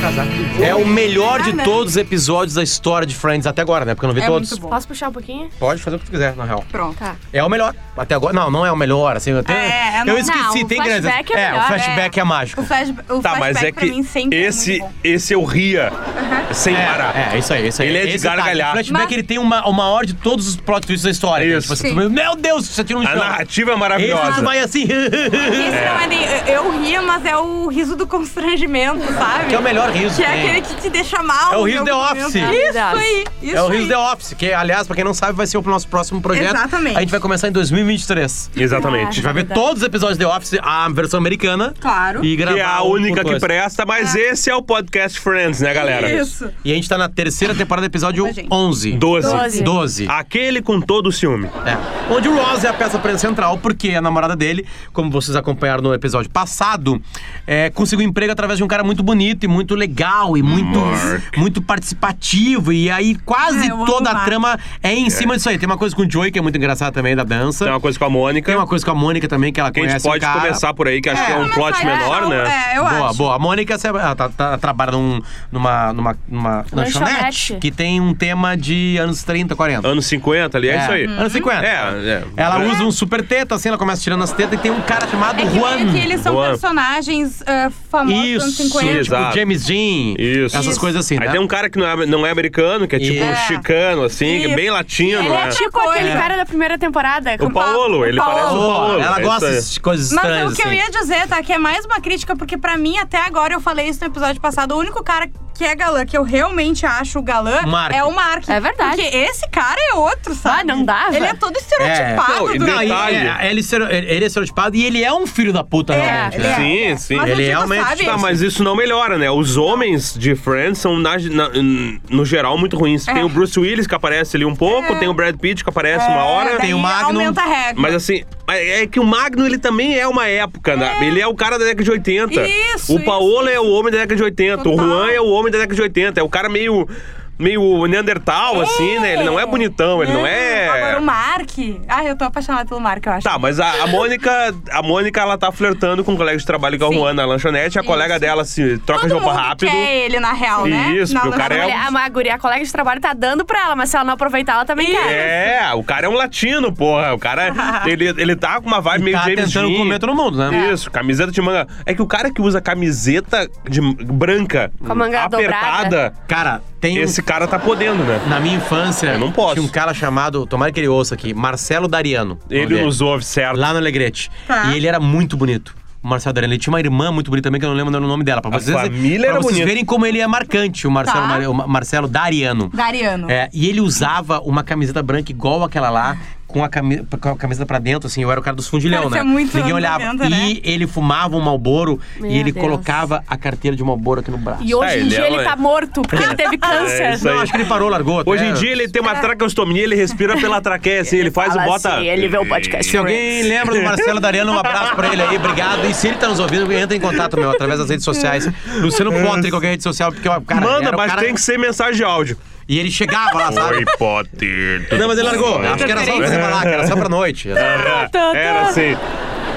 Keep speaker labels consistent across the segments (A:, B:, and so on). A: casaco do Joey.
B: É o melhor
C: Ah,
B: de
C: não.
B: todos os episódios da história de Friends até agora, né? Porque eu não vi
D: É
B: todos.
D: muito bom. Posso puxar um pouquinho?
B: Pode fazer o que tu quiser, na real.
C: Pronto.
D: Tá.
B: É o melhor. Até agora. Não, não é o melhor, assim. Eu, até,
C: É, é, não.
B: eu esqueci,
D: Não, o
B: tem grandes.
D: flashback é
B: o
D: melhor,
B: flashback é,
C: O,
B: mágico.
C: flash, o
E: Tá,
C: flashback
E: mas é
C: pra mim
E: que
C: sempre é
E: esse,
C: muito bom.
E: esse eu ria sem parar.
B: É, é isso aí, isso aí.
E: Ele é de
B: Esse tá,
E: gargalhar.
B: O flashback
C: Mas-
B: ele tem uma, o maior de todos os plot twists da história. né?
E: Isso.
B: Tipo, assim, meu Deus, você tira um
E: A
B: chão.
E: narrativa é
B: Esse tu
E: maravilhosa.
B: vai assim.
C: Esse não é nem. Eu ria, mas é o riso do constrangimento, sabe?
B: Que é o melhor riso.
C: Que é
B: que tem.
C: aquele que te deixa mal.
B: É o
C: em
B: riso
C: algum
B: The
C: momento.
B: Office.
C: Isso aí. Isso
B: É o
C: aí.
B: Rios The Office, que, aliás, pra quem não sabe, vai ser o nosso próximo projeto.
C: Exatamente. É
B: A gente vai começar em 2023.
D: Ah,
E: Exatamente.
B: A gente vai ver todos os episódios The Office, a versão americana.
C: Claro.
B: E gravar
E: Que é a
B: um por
E: única que
B: coisa.
E: presta, mas esse é o podcast Friends, né, galera?
C: Isso.
B: E a gente tá na terceira temporada, episódio
C: Opa, gente.
B: 11.
E: Doze.
D: Doze.
B: 12.
E: Aquele com todo o ciúme.
B: É. Onde o Ross é a peça pre- central, porque a namorada dele, como vocês acompanharam no episódio passado, é, conseguiu emprego através de um cara muito bonito e muito legal e muito,
E: Mark.
B: muito participativo. E aí
C: Ah,
B: quase
C: eu amo
B: toda
C: o
B: a
C: Mark.
B: trama é em cima disso aí. Tem uma coisa com o Joey que é muito engraçada também da dança.
E: Tem uma um coisa com a Mônica.
B: Tem uma coisa com a Mônica também, que ela
E: Que a gente
B: conhece
E: pode
B: o cara.
E: começar por aí, que acho que é um plot
C: Começar,
E: menor,
C: é,
E: né?
C: É, eu
B: boa,
C: acho.
B: boa. A Mônica essa- ela tá- tá- trabalha num- numa, numa, numa lanchonete,
D: Lanchonete.
B: que tem um tema de anos 30, 40.
E: Anos 50 ali, é, isso aí.
B: Anos 50.
E: É, é.
B: Uhum. Ela usa um super teta, assim, ela começa tirando as tetas e tem um cara chamado
C: É que
B: Juan.
C: meio que eles são
E: Juan.
C: personagens ah, famosos dos anos
B: Isso,
C: 50.
B: tipo
E: Exato.
B: James Dean,
E: Isso.
B: essas
E: Isso.
B: coisas assim,
E: Aí
B: né?
E: tem um cara que não é, não é americano, que é tipo um
C: É.
E: chicano, assim, que é bem latino,
C: Ele
D: Ele
E: né?
D: é
C: é
D: tipo
C: coisa.
D: aquele cara da primeira temporada.
E: O Paolo, ele parece o
B: Pô,
E: Paolo.
B: ela
E: é
B: gosta
E: isso aí.
B: de coisas
C: Mas
B: estranhas,
C: o que eu
B: assim.
C: ia dizer, tá? Que é mais uma crítica, porque pra mim, até agora, eu falei isso no episódio passado, o único cara que é galã, que eu realmente acho galã,
B: Mark.
C: é o Mark.
D: É verdade.
C: Porque esse cara é outro, sabe?
D: Ah, não dava.
C: Ele é todo estereotipado.
E: Não, e
C: do-
E: detalhe,
B: é, ele, ser- ele é estereotipado e ele é um filho da puta, realmente,
C: ele
B: né?
C: é.
E: Sim, sim.
C: Mas
B: Ele
C: eu digo,
B: realmente
C: sabe?
E: Tá, mas isso não melhora, né? Os homens de Friends são, na- na- no geral, muito ruins.
C: É.
E: Tem o Bruce Willis que aparece ali um pouco, tem o Brad Pitt que aparece uma hora.
C: daí
B: tem o Magnum,
C: aumenta a regra.
E: Mas assim, é é que o Magno, ele também é uma época, né? Ele é o cara da década de 80.
C: Isso,
E: O Paolo é o homem da década de 80.
C: Total.
E: O Juan é o homem da década de 80. É o cara meio. Meio Neandertal, assim, né? Ele não é bonitão, ele não é.
C: Agora o Mark. Ah, eu tô apaixonada pelo Mark, eu acho.
E: Tá, mas a, a Mônica, a Mônica, ela tá flertando com um colega de trabalho que é o
C: Sim.
E: Juan na lanchonete. A colega dela se troca
C: Todo
E: de roupa
C: mundo
E: rápido.
C: quer ele, na real, né?
E: Isso,
C: Na
E: porque o cara
D: A,
E: é
C: lanchonete.
D: mulher, a Maguri, a colega de trabalho, tá dando pra ela, mas se ela não aproveitar, ela também quer.
E: É, o cara é um latino, porra. O cara, ele, ele tá com uma vibe meio
B: tá
E: James
B: tentando
E: Dean.
B: comer todo mundo, né?
E: Isso, camiseta de manga. É que o cara que usa camiseta de branca,
D: Com a manga
E: apertada,
B: Cara, tem um
E: esse cara tá podendo, né?
B: Na minha infância,
E: Eu não posso.
B: tinha um cara chamado, tomara que ele ouça aqui, Marcelo Dariano. o nome
E: Ele
B: dele,
E: nos ouve, certo?
B: Lá no Alegrete.
C: Tá.
B: E ele era muito bonito. O Marcelo Dariano. Ele tinha uma irmã muito bonita também, que eu não lembro o nome dela. Pra
E: A
B: vocês,
E: família
B: pra
E: era
B: vocês
E: bonita.
B: verem como ele é marcante, o Marcelo,
C: Tá.
B: Mar- o Ma- Marcelo Dariano.
C: Dariano.
B: É, e ele usava uma camiseta branca igual aquela lá, com a, cami com a camiseta pra dentro, assim. Eu era o cara dos fundilhão,
C: Cara,
B: né?
C: isso é muito
B: Ninguém
C: anos
B: olhava.
C: 90, né?
B: E ele fumava um Malboro
D: Meu
B: e ele
D: Deus.
B: colocava a carteira de Malboro aqui no braço.
D: E hoje
E: É,
D: em
E: ele
D: dia
E: é
D: ele
E: uma-
D: tá morto, porque ele teve câncer.
E: É isso
B: Não,
E: aí.
B: acho que ele parou, largou.
E: Hoje
B: até.
E: em dia ele tem uma traqueostomia, ele respira pela traqueia, assim, ele faz o
D: Fala
E: bota.
D: assim, ele vê o podcast.
B: Se alguém lembra do Marcelo Dariano, um abraço pra ele aí, obrigado. E se ele tá nos ouvindo, entra em contato, meu, através das redes sociais. Luciano Potter em qualquer rede social, porque, ó, cara,
E: Manda,
B: era o
E: mas
B: cara-
E: tem que ser mensagem de áudio.
B: E ele chegava lá, sabe?
E: Potter.
B: Não, mas ele largou. Acho que era só
E: É.
B: pra semana lá, que era só pra noite.
E: Era, era assim.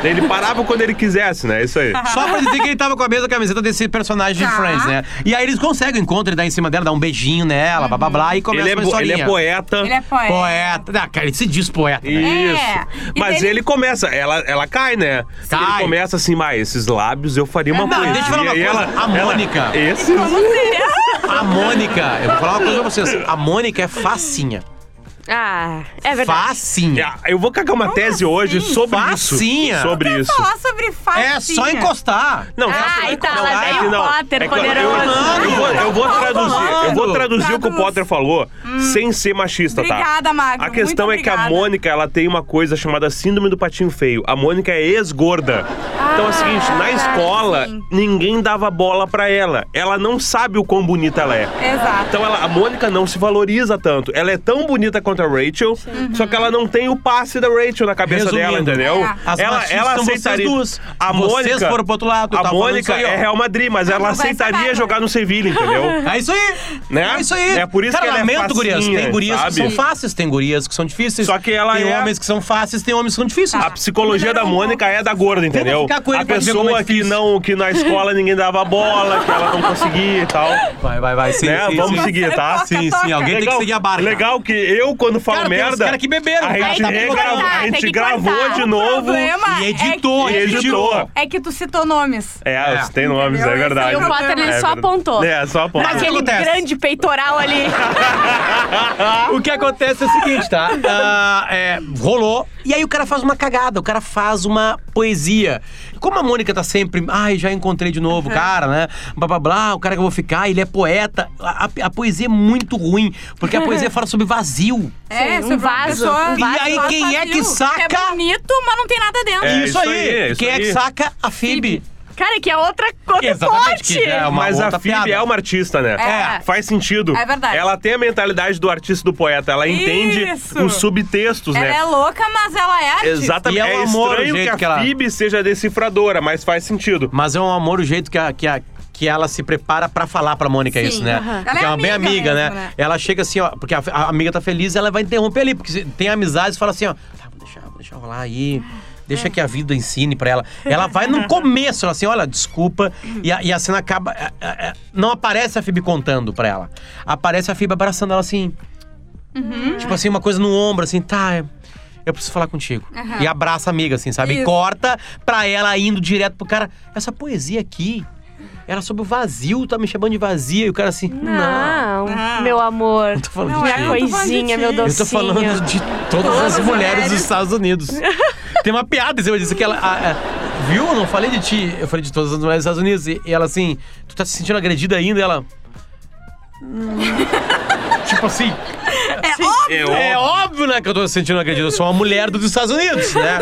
E: Ele parava quando ele quisesse, né? Isso aí.
B: Só pra dizer que ele tava com a mesma camiseta desse personagem de
C: Tá.
B: Friends, né? E aí eles conseguem o encontro, ele dá em cima dela, dá um beijinho nela, blá blá blá, e começa
E: Ele é,
B: uma
E: bo- ele
B: historinha.
E: é poeta.
C: Ele é poeta.
B: Poeta. Ah, cara, ele se diz poeta, né?
E: Isso.
C: E
E: Mas
C: dele-
E: ele começa, ela, ela cai, né?
B: Cai.
E: Ele começa assim, mas esses lábios eu faria uma
B: Não,
E: poesia.
B: deixa eu falar uma
E: E
B: coisa,
E: ela-
B: a
E: ela-
B: Mônica.
E: esse
B: A Mônica, eu vou falar uma coisa pra vocês. A Mônica é facinha.
D: Ah, é verdade.
B: Facinha.
E: É, Eu vou cagar uma tese hoje sobre
B: assim? Facinha. Então
E: isso. Sobre isso.
C: Falar sobre facinha.
B: É só encostar.
C: Ah,
E: Não,
D: Ai, tá,
E: não,
D: lá
E: é
D: vem
E: que
D: o
E: não.
D: Potter
E: É que eu-
D: poderoso.
E: Eu, eu vou, eu vou
C: Ai,
E: traduzir, eu vou
B: Paulo.
E: traduzir o que o
C: Tá Traduz. Hum.
E: Potter falou sem ser machista, tá?
C: Obrigada, Magro,
E: A questão é
C: muito
E: que a
C: obrigada.
E: Mônica, ela tem uma coisa chamada síndrome do patinho feio. A Mônica é ex-gorda. então é o seguinte, na escola,
C: Ah, sim.
E: ninguém dava bola pra ela. Ela não sabe o quão bonita ela é.
C: Exato.
E: Então ela, a Mônica não se valoriza tanto. Ela é tão bonita contra a Rachel, só que ela não tem o passe da Rachel na cabeça dela,
B: Uhum. Resumindo, né?
E: entendeu?
C: é.
B: As
E: ela
B: machistas
E: ela
B: são vocês
E: aceitaria.
B: duas.
E: A
B: Vocês
E: Mônica,
B: foram pro outro lado, eu
E: A
B: tava falando
E: Mônica
B: isso aí, ó.
E: é Real Madrid, mas ela
C: não vai
E: aceitaria
C: sacar.
E: jogar no Sevilha, entendeu?
B: É isso aí!
E: Né?
B: É isso aí!
E: É por isso
B: Cara,
E: que ela é
B: lamento, gurias. Tem
E: facinha,
B: gurias que
E: sabe?
B: são fáceis, tem gurias que são difíceis.
E: Só que ela
B: tem
E: é-
B: homens que são fáceis, tem homens que são difíceis.
E: A psicologia da Mônica é da gorda, entendeu?
B: ficar com ele
E: a
B: pra ver como é
E: pessoa que
B: difícil.
E: não, que na escola ninguém dava bola, que ela não conseguia e tal.
B: Vai, vai, vai. Sim,
E: Né?
B: sim,
E: Vamos
B: sim.
E: seguir, tá?
C: Toca,
B: Sim,
C: toca.
B: sim. Alguém tem que seguir a barca.
E: Legal que eu, quando falo
B: Cara, tem uns
E: merda.
B: cara que beberam,
E: A
B: cara,
E: gente,
B: tá bom,
E: regra-
B: tá,
E: a
D: tem
E: gente
D: que
E: gravou
D: cortar.
E: de
D: O
C: O
E: novo.
C: problema
B: E
C: é que-
B: editou,
E: e editou.
C: É que tu citou nomes.
E: É,
B: É.
E: tem nomes, é
C: Entendeu?
E: verdade.
C: Esse aí
D: o Potter ele
E: É
D: só
E: verdade.
D: apontou.
E: É, só apontou.
B: Mas-
D: Aquele
B: acontece.
D: grande peitoral ali.
B: O que acontece é o seguinte, tá? Ah, é, rolou. E aí o cara faz uma cagada, o cara faz uma poesia. Como a Mônica tá sempre. Ai, já encontrei de novo o cara, né? Blá blá blá, o cara que eu vou ficar, ele é poeta. A, a- a poesia é muito ruim, porque a poesia fala sobre vazio.
C: É,
D: Sim,
C: sobre uma
D: um vaso,
C: pessoa-
D: um
B: E vaso. aí, quem é que saca?
C: tá É bonito, mas não tem nada dentro.
E: É,
B: isso,
E: isso
B: aí.
E: aí, isso
B: Quem é que
E: aí.
B: saca? A Phoebe.
D: Cara, que é outra, outro
B: Exatamente, que
D: corte.
B: já é uma-
E: Mas a
B: outra
E: Phoebe
B: piada.
E: é uma artista, né?
C: É.
E: Faz sentido.
C: É verdade.
E: Ela tem a mentalidade do artista e do poeta. Ela entende
C: Isso.
E: os subtextos,
C: Ela
E: né?
C: é louca, mas ela é artista.
E: Exatamente.
B: E é um
E: é
B: amor o
E: estranho
B: jeito
E: que a
B: que ela-
E: Phoebe seja decifradora, mas faz sentido.
B: Mas é um amor o jeito que, a, que, a, que ela se prepara pra falar pra Mônica
C: Sim,
B: isso, né?
C: aham.
B: Porque
C: Ela é
B: uma bem
C: amiga
B: amiga,
C: mesmo,
B: né?
C: né?
B: Ela chega assim, ó, porque a, a amiga tá feliz, ela vai interromper ali, porque se- tem amizades e fala assim, ó, tá, vou deixar, vou deixar rolar aí.
C: É.
B: Deixa que a vida ensine pra ela. Ela vai no começo, ela assim, olha, desculpa. E a, e a cena acaba. é, é, é, não aparece a Phoebe contando pra ela. Aparece a Phoebe abraçando ela assim. Tipo assim, uma coisa no ombro, assim, tá. eu- Eu preciso falar contigo. E abraça a amiga, assim, sabe? E
C: Isso.
B: corta pra ela indo direto pro cara. Essa poesia aqui era sobre o vazio, tá me chamando de vazia. E o cara assim, não.
D: Não,
C: Não.
D: meu amor.
B: Eu tô falando
C: Não,
B: de
C: é
B: ti.
C: eu tô falando de
D: Coisinha,
C: ti.
D: meu
C: Eu tô
B: Eu
D: docinho.
B: tô falando de todas
C: Todas
B: as mulheres dos
C: as mulheres.
B: Estados Unidos. Tem uma piada em cima disso que ela. a- a- viu? Eu não falei de ti. Eu falei de todas as mulheres dos Estados Unidos. E, e ela assim, tu tá se sentindo agredida ainda? E ela. "Hum." tipo assim.
C: É óbvio.
E: Eu...
B: É óbvio, né, que eu tô me sentindo agredido. Eu sou uma mulher dos Estados Unidos, né?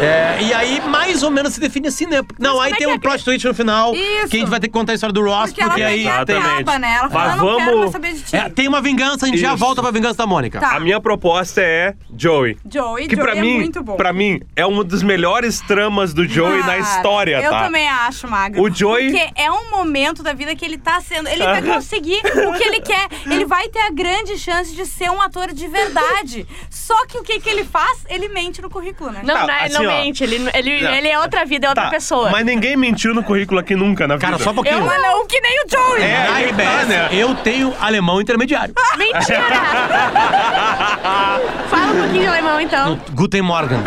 B: É, e aí, mais ou menos, se define assim, né? Não, aí
D: como é
B: tem
D: que
B: um
D: é que-
B: plot twist no final.
C: Isso.
B: Que a gente vai ter que contar a história do Ross,
C: Porque
B: porque,
C: ela meio
B: aí...
C: que acaba,
E: Exatamente.
C: né? Ela fala,
E: Mas
C: eu não quero
E: vamos-
C: mais saber de ti.
B: É, tem uma vingança, a gente já
E: Isso.
B: volta pra vingança da Mônica.
C: Tá.
E: A minha proposta é Joey.
C: Joey,
E: Que
C: Joey
E: pra
C: é
E: mim,
C: muito bom.
E: pra mim, é uma dos melhores tramas do Joey na
C: Cara,
E: história,
C: eu
E: tá?
C: também acho, Magra.
E: O Joey-
C: Porque é um momento da vida que ele tá sendo. Ele vai conseguir o que ele quer. Ele vai ter a grande chance de ser um ator de verdade. Só que o que, que ele faz? Ele mente no currículo, né?
D: Não,
E: Tá,
D: não, ele não
E: assim, ó.
D: mente. Ele, ele,
E: Não.
D: ele é outra vida, é outra
E: Tá,
D: pessoa.
E: Mas ninguém mentiu no currículo aqui nunca, na
B: Cara,
E: vida.
B: só um pouquinho.
D: Eu não, que nem o Joey.
E: É,
B: Na
E: aí
B: RBS,
E: tá, né?
B: eu tenho alemão intermediário.
D: Mentira! Fala um pouquinho de alemão, então.
B: Guten Morgen.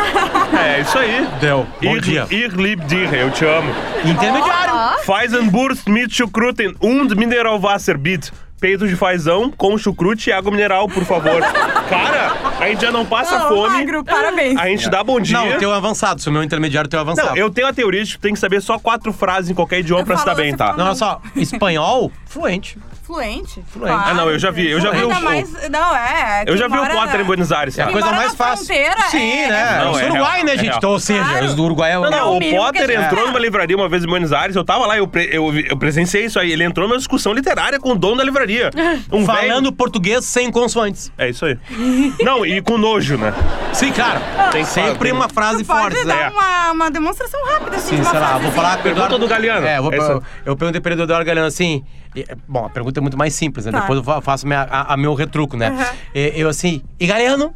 E: É, isso aí.
B: Deu. Bom
E: Ir-
B: dia.
E: Ir lieb dir, eu te amo.
B: Intermediário.
E: Faizen Burst mit Schukruten und Mineralwasser bitte. Peito de fazão com chucrute e água mineral, por favor. Cara, a gente já não passa
C: Não,
E: fome. Ah.
C: Magro, parabéns.
E: A gente dá bom dia.
B: Não, o teu é avançado. Se o meu intermediário, o teu é
E: Não,
B: avançado.
E: eu tenho a teoria de que tem que saber só quatro frases em qualquer idioma
C: Eu
E: pra se dar
C: falo,
E: bem,
C: você
E: tá?
C: fala.
B: Não, olha só. Espanhol, fluente.
C: Fluente. Fluente.
E: Ah, não, eu já vi, eu já vi
C: Ainda
E: o-
C: mais. Não, é.
E: Eu
C: quem
E: já vi o
C: mora
E: Potter
C: na-
E: em Buenos Aires,
B: É a
E: tá?
C: Quem
B: coisa
C: mora
B: mais
C: na
B: fácil.
C: fronteira
B: Sim,
C: é-
B: né?
E: Não,
B: eu sou
E: é
B: uruguai,
E: real,
B: né,
E: é
B: gente?
E: real.
B: Então, ou seja,
C: Claro.
B: os do Uruguai é o.
E: Não, não,
C: o
E: o
C: mínimo que a
E: Potter
C: gente
E: entrou
C: espera.
E: numa livraria uma vez em Buenos Aires, eu tava lá, eu, pre- eu, vi- eu presenciei isso aí. Ele entrou numa discussão literária com o dono da livraria. Um
B: falando
E: velho-
B: português sem consoantes.
E: É isso aí. Não, e com nojo, né?
B: Sim, claro.
E: Tem que falar,
B: Sempre
E: tem-
B: uma frase
C: Tu pode
B: forte,
C: dar
E: é.
B: né?
C: uma, uma demonstração rápida, assim,
B: Sim,
C: de uma
B: sei lá,
C: frase,
B: vou
C: assim.
B: falar com o
E: Pergunta
B: Eduardo-
E: do Galiano.
B: É, eu vou,
E: Essa-
B: eu, eu perguntei pra ele, Eduardo Galeano, assim... e- bom, a pergunta é muito mais simples, né?
C: Tá.
B: Depois eu fa- faço minha, a, a meu retruco, né? E- eu assim, e Galeano?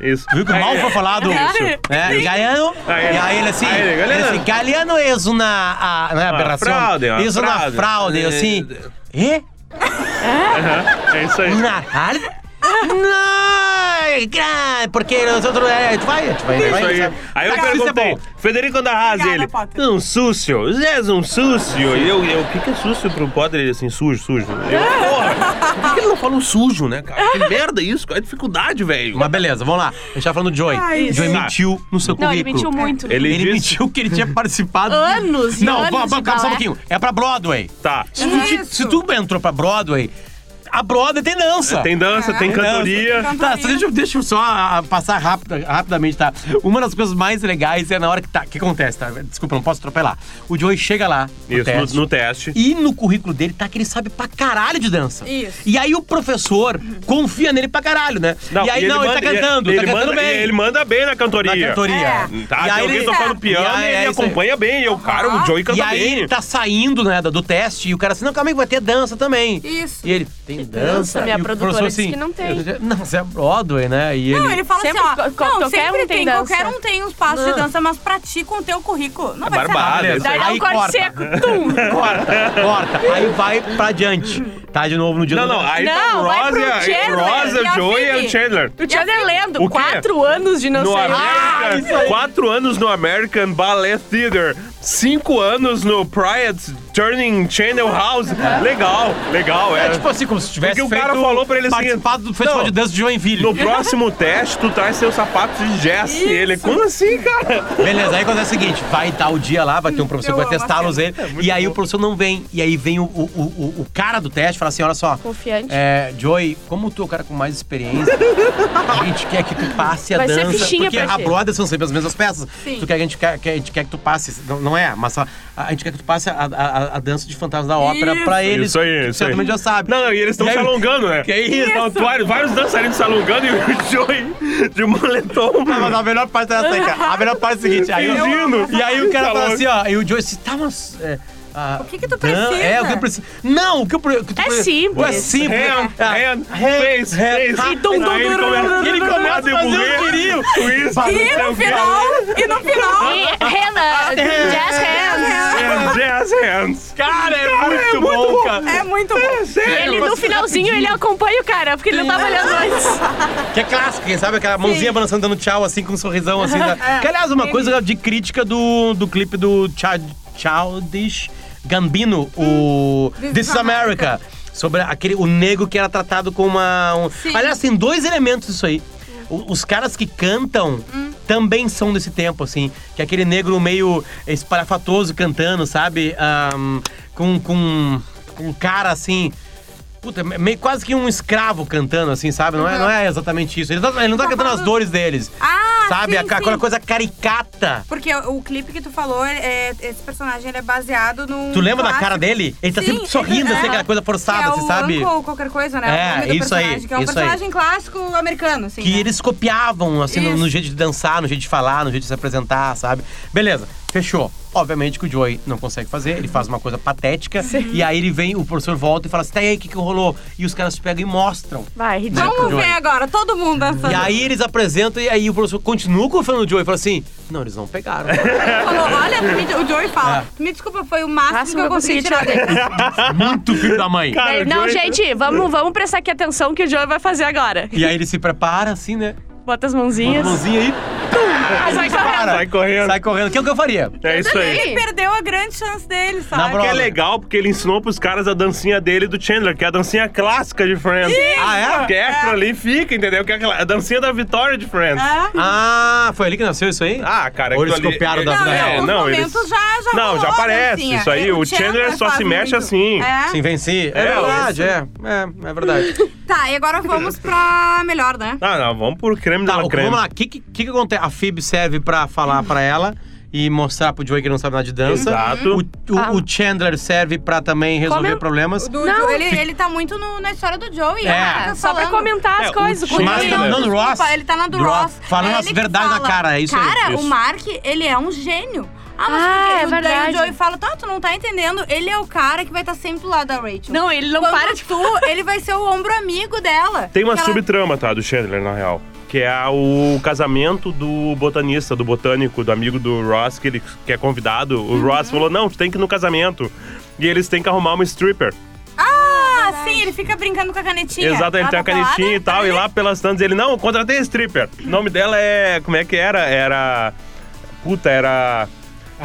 E: Isso. É,
B: Viu que mal foi falado?
E: Isso.
B: Né? E Galeano?
E: Aí ele-
B: e aí ele assim,
E: aí ele,
B: ele,
E: Galeano.
B: assim, Galeano é uma... A, não é aberração?
E: fraude, uma
B: Isso é uma
E: fraude.
B: fraude. Eu assim... Eh?
E: É isso aí.
B: Na rádio? Não, grande, porque nós outros. É, tu vai, tu vai,
E: É
B: vai.
E: isso aí.
B: sabe?
E: Aí eu
B: Tá, isso é
E: perguntei,
B: bom.
E: Federico Andarraz,
C: Obrigada,
E: ele,
C: Potter.
E: um sucio, Zé é um sucio. E eu, eu, o que que é sucio pro Potter? Ele assim, sujo, sujo. Eu, porra, por que que ele não fala um sujo, né, cara? Que merda isso, cara, é dificuldade, velho.
B: Mas beleza, vamos lá. A gente tava falando do Joey.
C: Ai,
B: Joey
E: isso.
B: mentiu no seu
D: Ah, Não,
B: currículo.
D: ele mentiu muito.
E: Tá. Ele,
B: Ele
E: disse,
B: mentiu que ele tinha participado.
D: Anos e
B: Não,
D: anos
B: vamos
D: de
B: calma só um
D: balé.
B: pouquinho. É pra Broadway.
E: Tá.
B: Se tu, te-
C: Isso.
B: se tu entrou pra Broadway, a Broadway tem dança.
E: Tem dança, tem
B: Tem dança.
E: cantoria.
B: Tá, só deixa, eu- deixa eu só ah, passar rápido, rapidamente, tá? Uma das coisas mais legais é na hora que tá. que acontece, tá? Desculpa, não posso atropelar. O Joey chega lá. No
E: Isso,
B: teste,
E: no, no teste.
B: E no currículo dele tá que ele sabe pra caralho de dança.
C: Isso.
B: E aí o professor confia nele pra caralho, né? e aí,
E: ele
B: não, ele tá
E: manda-
B: cantando,
E: ele
B: tá cantando
E: manda,
B: bem.
E: Ele manda bem na cantoria.
B: Na cantoria.
E: Tá,
C: É.
B: E
E: tem
B: aí
E: alguém
B: ele-
E: tocando piano
B: e aí,
E: e
B: é
E: ele
B: isso aí.
E: acompanha bem. E o cara, o Joey canta
B: E aí
E: bem.
B: ele tá saindo, né, do, do teste e o cara assim, não, calma aí, vai ter dança também.
C: Isso.
B: E ele, tem dança?
D: Minha
B: E o
D: produtora
B: professor, assim,
D: disse que não tem.
B: Não, você é Broadway, né? E
C: Não,
B: ele...
C: ele fala
D: Sempre
C: assim, ó.
D: co- co-
C: não,
D: qualquer
C: sempre
D: um tem
C: tem,
D: dança.
C: qualquer um tem os passos de
D: Não.
C: dança, mas pratica o teu currículo. Não vai
E: barbado,
C: ser
E: é
C: nada.
E: isso
D: Daí dá um corte seco. Tum.
B: Corta, corta. Aí vai pra diante. Tá de novo no dia
E: Não,
B: do-
E: não, aí
D: Não,
E: tá o
D: vai pro
E: Rosa, e-
D: Chandler
E: Rosa,
C: e a
E: o Joey e
C: Phoebe.
E: o Chandler.
D: O Chandler lendo.
E: O quê?
D: Quatro anos de não
E: No
D: sair.
B: Ah, isso
E: American,
B: aí.
E: quatro anos no American Ballet Theater, cinco anos no Pride Turning Channel House. Legal, legal,
B: É
E: é.
B: tipo assim, como se tivesse
E: Porque o cara
B: feito-
E: falou pra ele assim,
B: Participado do festival
E: não,
B: de dança de Joinville.
E: No próximo teste, tu traz seus sapatos de jazz. E ele, como assim, cara?
B: Beleza, aí acontece o seguinte: vai dar o dia lá, vai ter um professor que
C: Eu
B: vai
C: amo
B: testá-los ele.
E: muito
B: e aí
E: bom.
B: o professor não vem. E aí vem o, o, o, o cara do teste e fala assim: olha só.
D: Confiante.
B: É, Joey, como tu é o cara com mais experiência, a gente quer que tu passe a
D: Vai ser
B: dança.
D: fichinha
B: porque
D: pra
B: a
D: ti.
B: Broadway são sempre as mesmas peças.
C: Sim.
B: Tu quer que a gente quer, que a gente quer que tu passe. Não, não é, mas a, a gente quer que tu passe a, a, a dança de fantasma da ópera
C: Isso.
B: pra eles.
E: Isso aí,
B: que
E: isso aí.
B: certamente já sabe.
E: Não, não, e eles estão
B: E aí-
E: se alongando, né?
B: Que isso?
E: Tão Vários, vários dançarinos se alongando e o Joey de moletom.
B: Ah, Mas a melhor parte é essa aí, cara. A melhor parte é a seguinte. Aí,
E: Fingindo.
B: e aí o cara fala
E: Falou.
B: assim, ó. E o Joey disse, tá, mas... é, ah,
C: O que que tu
B: dan-
C: precisa?
B: É, o que eu preciso. Não, o que eu preciso.
D: É simples.
B: É simples.
E: Hand,
B: Ah,
E: hand,
B: hand,
E: face,
B: hand,
E: face.
B: ah,
D: E dum, dum,
E: Aí ele
D: dum,
E: começa-
B: dum,
E: ele
B: dum,
E: começa a
B: dum, dum,
E: devolver.
B: dum, dum,
E: Isso,
C: E no final, e no final.
D: E Hannah, Jazz
E: É,
D: Hands.
E: Hands, yes, hands.
B: Cara, é muito,
E: é muito
B: bom,
E: bom.
B: cara.
C: É muito bom.
E: Sério?
D: Ele, no
B: Você
D: finalzinho, ele acompanha o cara, porque ele não tava olhando antes.
B: Que é clássico, quem sabe? Aquela mãozinha balançando dando tchau, assim, com um sorrisão, assim. Né? Que, aliás, uma coisa de crítica do, do clipe do Chad- Childish Gambino, o This is America. Sobre aquele, o negro que era tratado como uma... Um...
C: Sim.
B: Aliás, tem dois elementos disso aí. O- Os caras que cantam
C: Hum.
B: também são desse tempo, assim. Que é aquele negro meio espalhafatoso cantando, sabe? Ahn, com, com, com um cara, assim... Puta, me- meio quase que um escravo cantando, assim, sabe? Não, é, não é exatamente isso. Ele, tá- ele não tá cantando as dores deles.
C: Ah,
B: sabe?
C: sim,
B: A ca-
C: sim.
E: é
B: Aquela coisa caricata.
C: Porque o, o clipe que tu falou, é- esse personagem ele é baseado num.
B: Tu lembra da
C: clássico.
B: cara dele? Ele tá
C: Sim,
B: sempre sorrindo, assim,
C: é.
B: aquela coisa
C: Que
B: forçada,
C: é
B: você
C: o
B: sabe?
C: Uncle ou qualquer coisa, né?
B: É,
C: o nome do
B: isso aí,
C: personagem, Que é um
B: isso aí.
C: personagem clássico americano, assim.
B: Que
C: né?
B: eles copiavam, assim, no,
C: Isso.
B: no jeito de dançar, no jeito de falar, no jeito de se apresentar, sabe? Beleza, fechou. Obviamente que o Joey não consegue fazer, ele faz uma coisa patética. E aí ele vem, o professor volta e fala assim, tá e aí, o que, que rolou? E os caras pegam e mostram.
D: Vai, ridículo.
B: Pro
C: Vamos
B: Johnny.
C: ver agora, todo mundo dançando.
B: E aí eles apresentam e aí o professor continua confiando no Joey e fala assim, não, eles não pegaram.
C: Ele falou, olha, tu me- o Joey fala,
B: É.
C: tu me desculpa, foi o máximo,
D: Máximo
C: que eu consegui tirar dele.
B: Muito filho da mãe.
E: Cara, o
D: Não,
E: Joey-
D: gente, vamos, vamos prestar aqui atenção que o Joey vai fazer agora.
B: E aí ele se prepara, assim, né?
D: Bota as
B: Com a
D: mãozinhas.
B: mãozinha aí,
D: Ah, sai
B: para.
D: correndo.
E: Sai correndo.
B: Sai correndo. O que é o que eu faria?
E: É isso aí.
C: Ele perdeu a grande chance dele, sabe?
B: Na
E: Que
B: bro-
E: é legal porque ele ensinou pros caras a dancinha dele e do Chandler, que é a dancinha clássica de Friends.
B: Ah, é?
E: Que é aquela ali fica, entendeu? Que é aquela- a dancinha da vitória de Friends.
C: Ah.
B: Ah, foi ali que nasceu isso aí?
E: Ah, cara,
B: Ou
E: aquilo
B: eles
E: ali-
B: copiaram da
E: é,
B: vida
C: Não,
B: real.
C: em alguns
E: não, eles-
C: momentos já, já
E: Não,
C: rolou
E: já
C: a
E: aparece
C: dancinha.
E: isso aí.
C: E
E: O Chandler só
C: faz
E: se mexe
C: muito.
E: assim.
C: É.
B: Sim, venci. É,
E: É,
B: verdade, é. É, é verdade.
C: Tá, e agora vamos pra melhor, né?
E: Ah, não, vamos pro creme
B: tá,
E: da
B: o-
E: creme.
B: vamos lá. O que, que, que que acontece? A Phoebe serve pra falar pra ela e mostrar pro Joey que não sabe nada de dança.
E: Exato.
B: O, o-
D: Ah.
B: o Chandler serve pra também resolver
D: Como-
B: problemas.
C: O do-
D: Não.
C: ele, ele tá muito no- na história do Joey.
B: É.
C: ele fica
D: Só pra
C: tá falando.
D: comentar as
E: É, o
D: coisas.
E: Chandler-
D: porque-
B: Mas tá não, no
C: Desculpa,
B: Ross.
C: Ele tá na do
B: Do
C: Ross.
B: Ross. Falando
C: É
B: as
C: ele que
B: verdades na
C: fala,
B: cara, é isso aí,
C: Cara,
E: isso.
C: o Mark, ele é um gênio. Ah, mas
D: Ah,
C: porque
D: é
C: o- daí
D: verdade.
C: o Joey fala, tá, tu não tá entendendo. Ele é o cara que vai estar sempre do lado da Rachel.
D: Não, ele não
C: Quando
D: para de...
C: tu, ele vai ser o ombro amigo dela.
E: Tem uma
C: Ela-
E: subtrama, tá, do Chandler, na real. Que é a- o casamento do botanista, do botânico, do amigo do Ross, que ele que é convidado. O
C: Uhum.
E: Ross falou, não, tu tem que ir no casamento. E eles têm que arrumar uma stripper.
D: É
C: Ah, sim, ele fica brincando com a canetinha.
E: Exato, ele
C: Ela
E: tem a
C: tá pelada,
E: canetinha e
C: tá
E: tal. E
C: ali.
E: lá pelas tantas ele, não, eu contratei a stripper. O nome dela é. Como é que era? Era. Puta, era.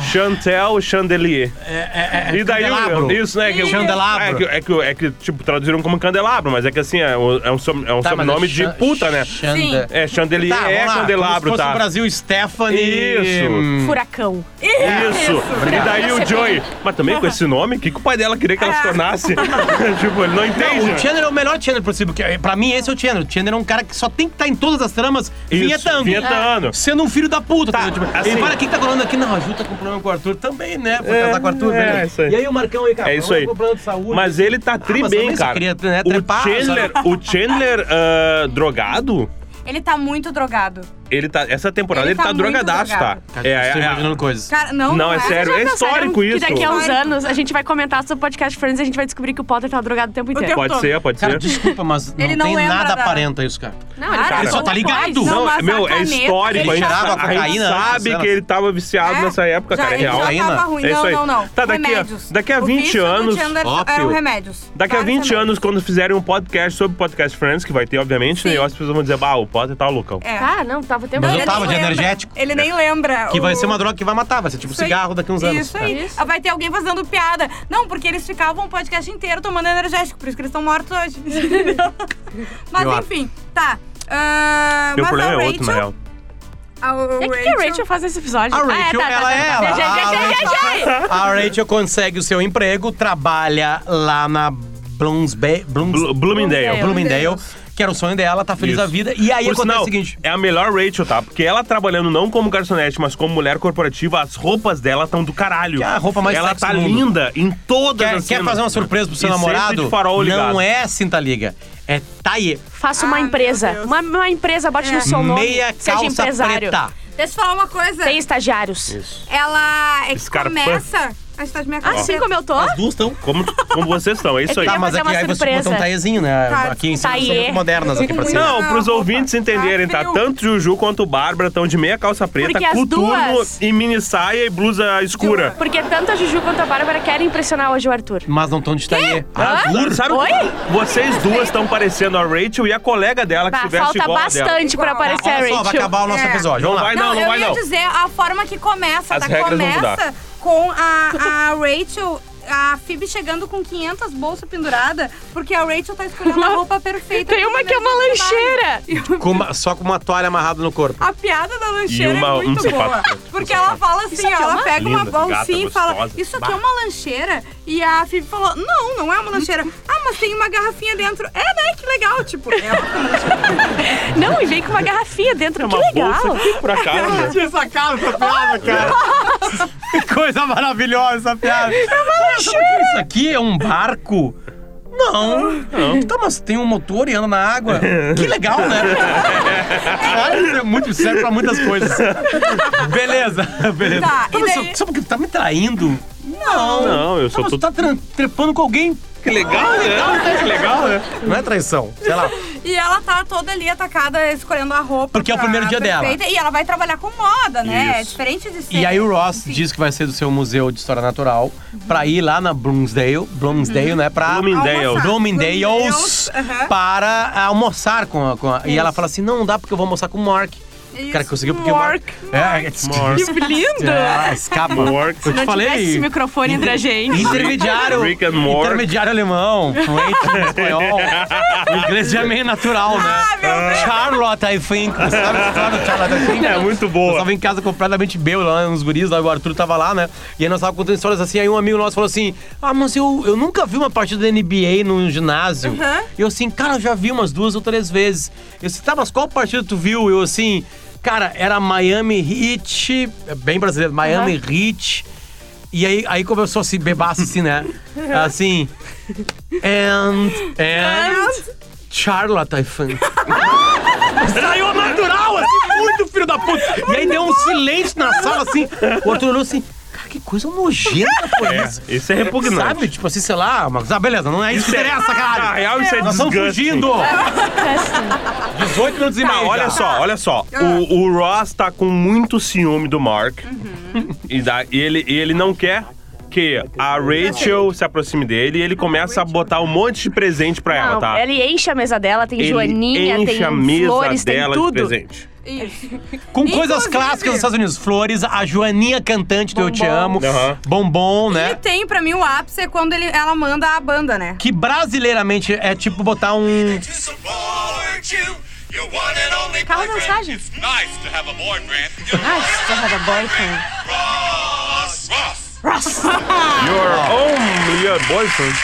E: Chantel Chandelier.
B: É, é, é,
E: E daí,
B: candelabro.
E: isso, né? Que,
B: Chandelabro.
E: É que, é, que, é que, tipo, traduziram como candelabro, mas é que assim, é um, é um, som- é um
B: Tá, mas
E: sobrenome
B: é
E: de
B: Chan-
E: puta, né?
B: Chanda.
E: É, Chandelier
B: Tá, vamos
E: é
B: lá,
E: candelabro,
B: como se fosse
E: tá?
B: o Brasil Stephanie.
E: Isso.
B: Hum,
D: Furacão.
B: é
E: Isso. E daí
C: é
E: o Joey. Mas também com esse nome, o que, que o pai dela queria que ela se tornasse? tipo, ele não entende.
B: O Chandler é o melhor Chandler possível. porque, eh, Pra mim, esse é o Chandler. O Chandler é um cara que só tem que estar em todas as tramas
E: Isso,
B: vinhetando.
E: vinhetando.
B: É. Sendo um filho da puta.
E: Tá,
B: entendeu? Tipo,
E: assim-
B: ele fala, quem tá colando aqui? Não, a Ju tá com problema com o Arthur também, né? Foi
E: É,
B: casar com o Arthur,
E: é,
B: velho.
E: isso aí.
B: E aí o Marcão aí, cara,
E: É isso aí.
B: com plano Tá de saúde. Ah,
E: Mas ele tá tri
B: mas
E: bem,
B: também só
E: cara.
B: queria, né,
E: o
B: trepar,
E: Chandler, o Chandler ah, drogado,
C: Ele tá muito drogado.
E: ele tá. Essa temporada ele,
C: Ele
E: tá,
C: tá muito
E: drogadaço,
C: drogado.
E: tá?
B: Cara, eu estou imaginando coisas.
C: Cara, não,
E: Não, é sério, é
D: Vocês já pensaram
E: histórico
D: que
E: isso.
D: daqui a uns
C: Histórico.
D: anos a gente vai comentar sobre o podcast Friends e a gente vai descobrir que o Potter tá drogado o tempo inteiro.
C: tempo
E: Pode ser, pode
B: Cara,
E: ser.
B: desculpa, mas não,
C: Ele não
B: tem
C: lembra
B: nada
C: da-
B: aparenta isso, cara.
D: Não, ele,
C: Cara,
D: tá
E: ele só
B: tá ligado.
D: Não,
E: Não,
C: mas a
E: meu, é
C: caneta,
E: histórico.
C: ele
E: A gente,
B: cheirava
E: a gente
B: cocaína antes,
E: sabe
B: sei lá.
E: que ele tava viciado
C: É?
E: nessa época,
C: já,
E: cara. É
C: ele
E: real.
B: Cocaína?
C: Já tava ruim.
E: É isso
C: não,
E: aí.
C: não, não.
E: Tá, daqui a-
C: remédios.
E: daqui a
C: O
E: 20
C: vício do
E: anos,
C: Chandler
B: óbvio.
C: eram remédios.
E: Daqui a
C: Vários
E: 20
C: remédios.
E: anos, quando fizerem um podcast sobre o Podcast Friends, que vai ter, obviamente, né,
C: Sim.
E: e as pessoas vão dizer, bah, o Potter tá loucão.
C: É.
D: Ah, não, tava o tempo
B: Mas eu
C: Ele
B: tava
C: nem
B: de
C: lembra.
B: energético.
C: Ele nem lembra.
B: Que vai
C: o-
B: ser uma droga que vai matar, vai ser tipo
C: Isso aí.
B: cigarro daqui uns anos.
C: Isso
E: É
C: aí.
D: Isso.
C: Vai ter alguém fazendo piada. Não, porque eles ficavam o podcast inteiro tomando energético, por isso que eles estão mortos hoje. Entendeu? mas
B: Pior.
C: enfim, tá. Ah,
E: Meu
C: mas
E: problema
C: a
E: é
C: Rachel,
E: outro, na real.
C: A, o
B: É
D: O É que, que a Rachel faz nesse episódio? Ah, tá,
B: A
C: Ah,
B: Rachel,
C: tá,
B: ela é ela.
D: Já, já,
B: A
D: já, já, já.
B: A Rachel consegue o seu emprego, trabalha lá na Bloomsbe- Blooms-
E: Blu- Bloomingdale.
B: Bloomingdale, que era o sonho dela, tá feliz
E: Isso.
B: da vida. E aí
E: Por
B: acontece
E: sinal,
B: o seguinte.
E: É a melhor Rachel, tá? Porque ela trabalhando não como garçonete, mas como mulher corporativa, as roupas dela estão do caralho.
B: Que é a roupa mais
E: Ela
B: sexy
E: tá
B: do mundo.
E: linda em todas
B: Quer,
E: as
B: quer
E: cenas.
B: fazer uma surpresa pro seu
E: E sempre
B: namorado?
E: de farol ligado.
B: não é cinta liga. É taie.
D: Faça uma
C: Ah, meu
D: empresa.
C: Deus.
D: Uma, uma empresa, bote no seu nome.
B: Meia
D: seja
B: calça
D: empresário.
B: preta.
C: Deixa eu falar uma coisa.
D: Tem estagiários.
C: Ela é que
E: Scarpa.
C: começa. A gente tá de
B: Ah,
C: minha cabeça.
D: Assim como eu tô,
B: As duas estão.
E: Como, como vocês estão, é isso aí.
D: queria
B: Tá, mas
D: fazer
B: aqui
D: uma
B: aí você
D: surpresa.
B: botou um taiezinho, né?
C: Tá,
B: aqui em cima
D: taie.
B: são muito modernas aqui pra cima.
E: Não, pros
C: Não,
E: ouvintes
C: tá
E: entenderem, tá?
C: frio.
E: Tanto Juju quanto Bárbara estão de meia calça preta,
D: Porque as
E: coturno
D: duas-
E: e mini saia e blusa escura.
D: porque tanto a Juju quanto a Bárbara querem impressionar hoje o Arthur.
B: Mas não estão de taie. Ah,
E: As
D: Hã?
E: duas- Sabe,
D: Oi?
E: Vocês duas estão parecendo a Rachel e a colega dela que
D: Bah,
E: tivesse
D: falta
E: igual a dela.
D: bastante pra
C: Igual.
D: aparecer a
B: Olha só, vai
D: Rachel.
B: acabar o nosso
C: É.
B: episódio. Vamos lá.
E: Vai não, não
C: eu
E: vai
C: ia
E: não.
C: dizer a forma que começa,
E: As
C: tá?
E: regras vão mudar.
C: Começa com a, a Rachel, a Phoebe chegando com 500 bolsas penduradas, porque a Rachel tá escolhendo a roupa perfeita.
D: Tem
C: pro
D: uma que é uma
C: primeiro trabalho.
D: lancheira.
B: Com uma- só com uma toalha amarrada no corpo.
C: A piada da lancheira
E: E uma-
C: é
E: um
C: muito
E: sapato
C: boa.
E: preto,
C: Porque
E: um
C: ela
E: sapato.
C: fala assim,
D: Isso aqui é
C: ela
D: uma-
C: pega uma
E: Linda, gata,
C: bolsinha e fala,
E: gostosa.
C: isso aqui
E: Bah.
C: é uma lancheira? E a Phoebe falou, não, não é uma lancheira. Ah, mas tem uma garrafinha dentro. É, né? Que legal, tipo. É uma
D: Não, e vem com uma garrafinha dentro.
E: É
D: que
E: uma
D: legal.
E: bolsa aqui pra né? casa.
B: Essa cara, essa
C: tá?
B: piada, cara. que coisa maravilhosa essa piada. É uma lancheira. Isso aqui é um barco? Não. Então, mas tem um motor e anda na água. Que legal, né? Caralho, isso é muito sério pra muitas coisas. Beleza, beleza.
C: Tá, e
B: mas
C: daí?
B: só- só porque tu tá me traindo? Não.
E: Não, eu só
B: mas
E: tô-
B: tu tá tran- trepando com alguém.
E: Que legal, né? Que legal, né?
B: Não é traição, sei lá.
C: E ela tá toda ali atacada, escolhendo a roupa.
B: Porque é o
C: pra-
B: primeiro dia dela.
C: perfeita. E ela vai trabalhar com moda, né? É
E: Isso.
C: diferente de ser.
B: E aí o Ross
C: Sim.
B: diz que vai ser do seu museu de história natural pra ir lá na Bloomsdale,
C: Uhum.
B: Bloomsdale, né, pra
E: Bloomingdale.
C: Almoçar.
B: Bloomingdale's
C: Bloomingdale's, Tá, aham.
B: para almoçar com a, com a- e ela fala assim: "Não, não dá porque eu vou almoçar com o Mark". O cara
C: Isso,
B: conseguiu porque o Mark, é, é,
E: Mark.
D: Que lindo.
B: é, escapa.
E: Mark.
B: Eu te
D: Não tivesse esse
B: falei.
D: microfone entre a gente.
B: Intermediário,
E: Rick and Morty.
B: intermediário alemão, fluente em espanhol. O inglês já é meio natural, né? Charlotte, I think. Sabe a história do Charlotte, I think?
E: É muito
B: Eu
E: boa.
B: tava em casa completamente bêbado, lá uns guris, lá o Arthur tava lá, né? E aí nós tava contando histórias assim, aí um amigo nosso falou assim: Ah, mas eu, eu nunca vi uma partida da NBA num ginásio.
C: Aham.
B: E eu assim, cara, eu já vi umas duas ou três vezes. Eu assim, tá, mas qual partida tu viu? Eu assim, cara, era Miami Heat, é bem brasileiro, Miami Heat. E aí, aí começou a se bebaço assim, né? Assim. And. And. Charlotte, I think. Saiu natural, assim, muito filho da puta. E aí deu um silêncio na sala, assim. O Arthur olhou assim, cara, que coisa nojenta foi isso.
E: Isso é repugnante.
B: Sabe? Tipo assim, sei lá, mas ah, beleza, não é isso que interessa,
E: Na
B: cara.
E: real, isso é
B: Nós estamos
E: disgusting.
B: fugindo. 18 minutos e
E: Tá,
B: meio.
E: olha
B: já.
E: só, olha só.
D: Ah.
E: O, o Ross tá com muito ciúme do Mark.
D: Uhum.
E: E, da, e ele, e ele não quer que a Rachel se aproxime dele e ele começa a botar um monte de presente pra ela,
D: Não, é
E: tá?
D: ele enche a mesa dela, tem
E: Ele
D: joaninha,
E: enche
D: tem
E: a mesa
D: flores,
E: dela
D: tem
E: de
D: tudo.
E: presente.
C: Isso.
B: Com coisas
C: Inclusive-
B: clássicas dos Estados Unidos. Flores, a Joaninha cantante do Eu Te
D: Bombom.
B: Amo.
E: Aham.
B: Bombom, né?
C: E tem, pra mim, o ápice é quando ele, ela manda a banda, né?
B: Que brasileiramente é tipo botar um.
A: to support you. Your one and only
D: Carro das
A: boyfriend.
D: Lajes.
A: It's nice to have a boyfriend. You know,
D: Nice to have a boyfriend.
A: Ross, Ross.
E: Your only your boyfriend.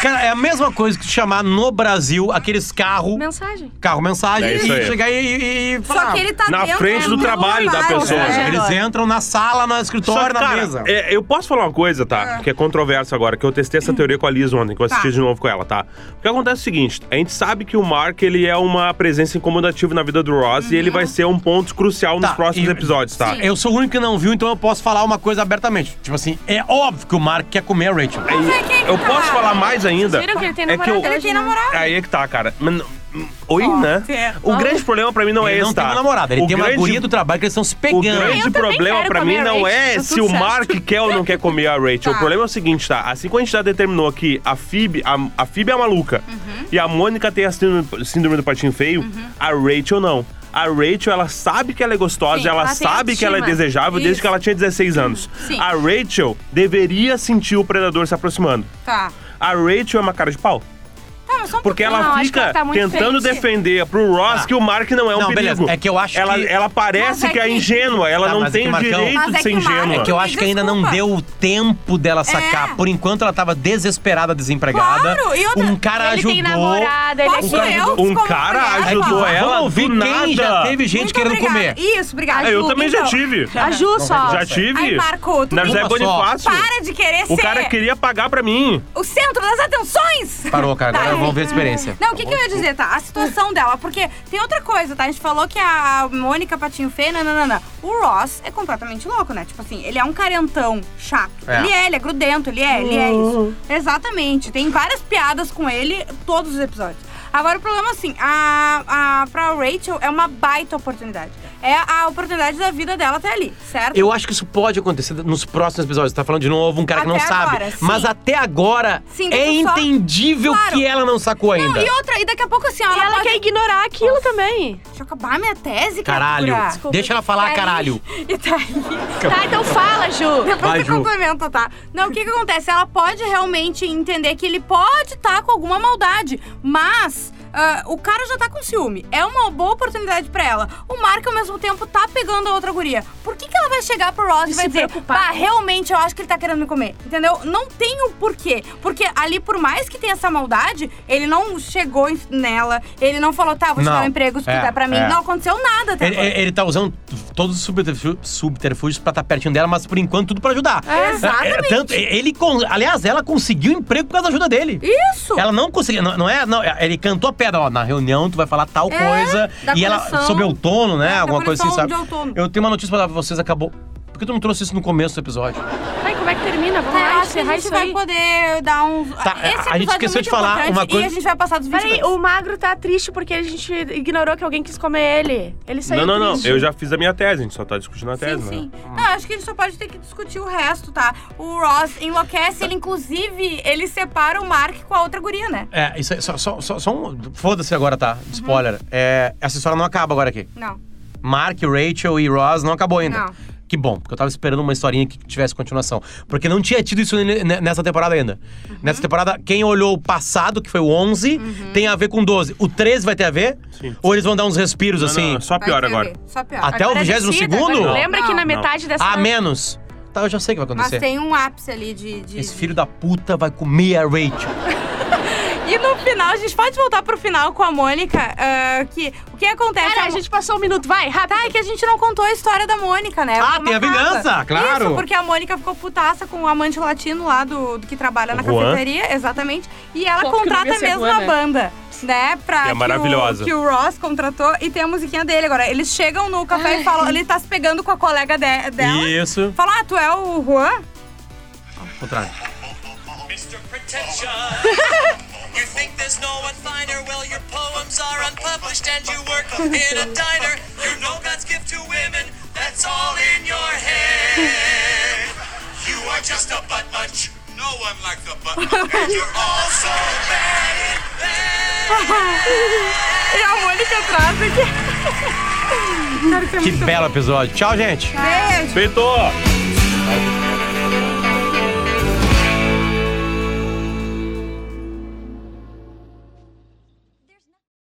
B: Cara, é a mesma coisa que te chamar no Brasil aqueles carro.
D: Mensagem.
B: Carro mensagem.
E: É isso
B: e
E: aí.
B: chegar e, e, e
C: Só
B: falar.
C: que ele tá
E: Ah, Na
C: dentro
E: frente do trabalho da
C: trabalho,
E: pessoa.
B: É,
C: né?
B: eles entram na sala, no escritório, na
E: cara,
B: mesa.
E: é, eu posso falar uma coisa,
D: Ah.
E: tá? Que é controverso agora, que eu testei essa teoria com a Liz ontem, que eu assisti
C: Tá.
E: de novo com ela, tá? O que acontece é o seguinte, a gente sabe que o Mark, ele é uma presença incomodativa na vida do Ross e
D: Uhum.
E: ele vai ser um ponto crucial
B: Tá,
E: nos próximos
B: e-
E: episódios, tá?
B: Eu sou o único que não viu, então eu posso falar uma coisa abertamente. Tipo assim, é óbvio que o Mark quer comer a Rachel.
C: Mas é quem
E: Eu
C: tá?
E: posso falar mais ainda?
D: Ah, Vocês viram que ele tem
E: é que
D: namorado,
E: eu,
D: ele
C: Ele tem namorado.
E: Aí é que tá, cara. Mas, hum, Oi, né?
C: é.
E: O grande problema pra mim não é
B: ele
E: esse,
B: não tem
E: tá?
B: uma namorada, ele
E: o
B: tem uma
E: grande
B: guria do trabalho que eles estão se
E: O
B: pegando.
E: grande
D: também
E: problema
D: quero
E: pra mim
D: comer a
E: não
D: Rachel,
E: é
D: tá
E: se
D: tudo
E: o
D: certo.
E: Mark quer ou não quer comer a Rachel. O
C: Tá.
E: problema é o seguinte, tá? Assim como a gente já determinou que a Phoebe, a, a Phoebe é a maluca
D: Uhum.
E: e a Mônica tem a síndrome, síndrome do patinho feio, a Rachel não. A Rachel, ela sabe que ela é gostosa,
D: Sim,
E: ela,
D: ela tem
E: sabe que ela é
D: autoestima. Uhum.
E: desejável desde
C: Isso.
E: que ela tinha 16 anos.
C: Sim.
E: A Rachel deveria sentir o predador se aproximando.
C: Tá.
E: A Rachel é uma cara de pau.
C: Tá, mas só um
E: Porque
C: pouquinho.
E: ela
D: Não, acho que
E: fica
D: ela tá muito
E: tentando
D: frente.
E: defender pro Ross que o Mark não é um
B: Tá. Não,
E: perigo.
B: beleza. É que eu acho
E: ela,
B: que-
E: Ela
C: Mas
E: parece
C: é
E: que é
C: que-
E: ingênua. Ela
B: Tá,
E: não
B: mas é
E: tem
B: que,
E: o
B: Marcão-
E: direito
C: Mas
E: de
C: é
E: ser
C: que o Mark-
E: ingênua.
B: É que eu
C: Me
B: acho que ainda não
C: desculpa.
B: deu o tempo dela sacar.
C: É.
B: Por enquanto, ela tava desesperada, desempregada.
C: Claro, e outra-
B: um cara
D: Ele
B: ajudou.
D: tem namorada, ele é
C: Posso
D: querido.
C: eu?
E: Um
C: como
E: cara
C: mulher,
B: Aí,
E: ajudou
B: vamos
C: fala.
E: ela
B: ouvir
E: do
B: quem
E: nada.
B: já teve gente
C: Muito
B: querendo
C: obrigada.
B: comer.
C: Isso, obrigado.
E: É, eu também já
C: Então,
E: tive.
D: A Ju só.
E: Já tive.
C: Ai, Marco, tu
E: Na José
B: me-
E: Bonifácio.
C: Para de querer
E: O
C: ser
E: cara queria pagar pra mim.
C: o centro das atenções!
B: Parou, cara.
C: Tá,
B: Agora
C: eu-
B: vamos ver a experiência.
C: Não, o que, que eu ia dizer, tá? A situação dela, porque tem outra coisa, tá? A gente falou que a Mônica Patinho Feio, nananana. O Ross é completamente louco, né? Tipo assim, ele é um carentão chato.
B: É. Uhum.
C: Ele é, ele é grudento, ele é, ele é isso. Exatamente. Tem várias piadas com ele, todos os episódios. Agora, o problema, assim, a, a, pra Rachel é uma baita oportunidade. É a oportunidade da vida dela até ali, certo?
B: Eu acho que isso pode acontecer nos próximos episódios. Você tá falando de novo, um cara que não
C: Até
B: sabe.
C: agora, sim.
B: Mas até agora
C: Sim,
B: é
C: deixa eu só-
B: entendível
C: Claro.
B: que ela não sacou ainda.
C: E outra, e daqui a pouco, assim, ó,
D: E
C: ela,
D: ela
C: pode...
D: quer ignorar aquilo também.
C: Deixa eu acabar minha tese,
B: Caralho.
C: criatura.
B: Desculpa. Deixa ela falar,
C: E daí-
B: caralho.
C: E daí...
D: Tá, então fala, Ju.
C: Depois
B: Vai,
C: você
B: Ju.
C: complementa, tá? Não, o que que acontece? Ela pode realmente entender que ele pode estar com alguma maldade, mas ah, o cara já tá com ciúme. É uma boa oportunidade pra ela. O Mark, ao mesmo tempo, tá pegando a outra guria. Por que que ela vai chegar pro Ross
D: E
C: e vai
D: se
C: dizer,
D: preocupar.
C: "Bah, realmente eu acho que ele tá querendo me comer, entendeu? Não tem o porquê. Porque ali, por mais que tenha essa maldade, ele não chegou em- nela, ele não falou, tá, vou te
B: Não.
C: dar um emprego se tu
B: É,
C: der pra mim.
B: é.
C: Não aconteceu nada, tá?
B: Ele, ele- ele tá usando todos os subterfú- subterfúgios pra estar pertinho dela, mas por enquanto tudo pra ajudar.
C: É, exatamente.
B: É, tanto, ele, con- aliás, ela conseguiu emprego por causa da ajuda dele.
C: Isso!
B: Ela não conseguiu, não, não é? Não, ele cantou a pedra, ó, na reunião tu vai falar tal
C: É,
B: coisa.
C: da
B: E ela,
C: coleção. É,
B: sobre outono, né?
C: da
B: alguma coisa assim,
C: coleção
B: sabe?
C: de outono.
B: Eu tenho uma notícia pra dar pra vocês, acabou. Por que tu não trouxe isso no começo do episódio?
D: Ai, como é que termina? Vamos
C: É,
D: lá,
C: acho que a
D: encerrar
C: gente
D: isso
C: vai
D: aí.
C: poder dar um.
B: Tá, a- a gente
C: episódio
B: esqueceu
C: muito
B: de falar
C: importante
B: uma coisa-
C: E a gente vai passar dos 20
D: Peraí,
C: minutos.
D: o magro tá triste porque a gente ignorou que alguém quis comer ele. Ele saiu
E: Não, não, não.
D: triste.
E: Eu já fiz a minha tese, a gente só tá discutindo a
C: Sim,
E: tese, né?
C: sim. Tá. Não, acho que a gente só pode ter que discutir o resto, tá? O Ross enlouquece, ele inclusive, ele separa o Mark com a outra guria, né?
B: É, isso aí, só, só, só, só um. Foda-se agora, tá?
C: Uhum.
B: Spoiler. É, essa história não acaba agora aqui.
C: Não.
B: Mark, Rachel e Ross não acabou ainda.
C: Não.
B: Que bom, porque eu tava esperando uma historinha que tivesse continuação. Porque não tinha tido isso ne- ne- nessa temporada ainda.
C: Uhum.
B: Nessa temporada, quem olhou o passado, que foi o 11, tem a ver com o 12. O 13 vai ter a ver?
E: Sim.
B: Ou eles vão dar uns respiros assim?
E: Não, não, só
C: Vai
E: pior
C: ter
E: agora.
C: ver, Só pior.
B: Até
D: Agora
B: o 22
D: decida, agora.
B: segundo?
D: tá
B: Ah,
D: Lembra que
C: Não.
D: na metade dessa.
B: A menos. Tá, eu já sei o que vai
C: Mas
B: acontecer.
C: tem um ápice ali de. de-
B: Esse filho da puta vai comer a Rachel.
C: E no final, a gente pode voltar pro final com a Mônica, ah, que o que acontece. é
D: Pera, a
C: Mo-
D: gente passou um minuto, vai, rápido.
C: Tá, é que a gente não contou a história da Mônica, né?
B: Ah,
C: Foi
B: tem a
C: uma
B: vingança,
C: casa.
B: claro.
C: Isso, porque a Mônica ficou putaça com o amante latino lá do, do que trabalha na
E: Juan.
C: cafeteria, exatamente. E ela
D: Fofo que não
C: contrata
D: devia ser
C: mesmo
D: Juan,
C: a
D: né?
C: banda, né? Pra
E: Que é maravilhosa.
C: Que o, que o Ross contratou e tem a musiquinha dele agora. Eles chegam no café e falam, ele tá se pegando com a colega de- dela.
B: Isso.
C: Fala, ah, tu é o Juan?
B: Contrário.
A: Mr. Pretension. you think there's no one finer? Well, your poems are unpublished and you work in a diner. You know God's gift to women. That's all in your head. You are just a butt munch. No one likes a butt munch. and you're all so bad in bed.
C: E a Mônica traz aqui. Cara, isso é
B: Que
C: muito
B: belo episódio. Tchau, gente.
C: bom. Beijo.
E: Feito!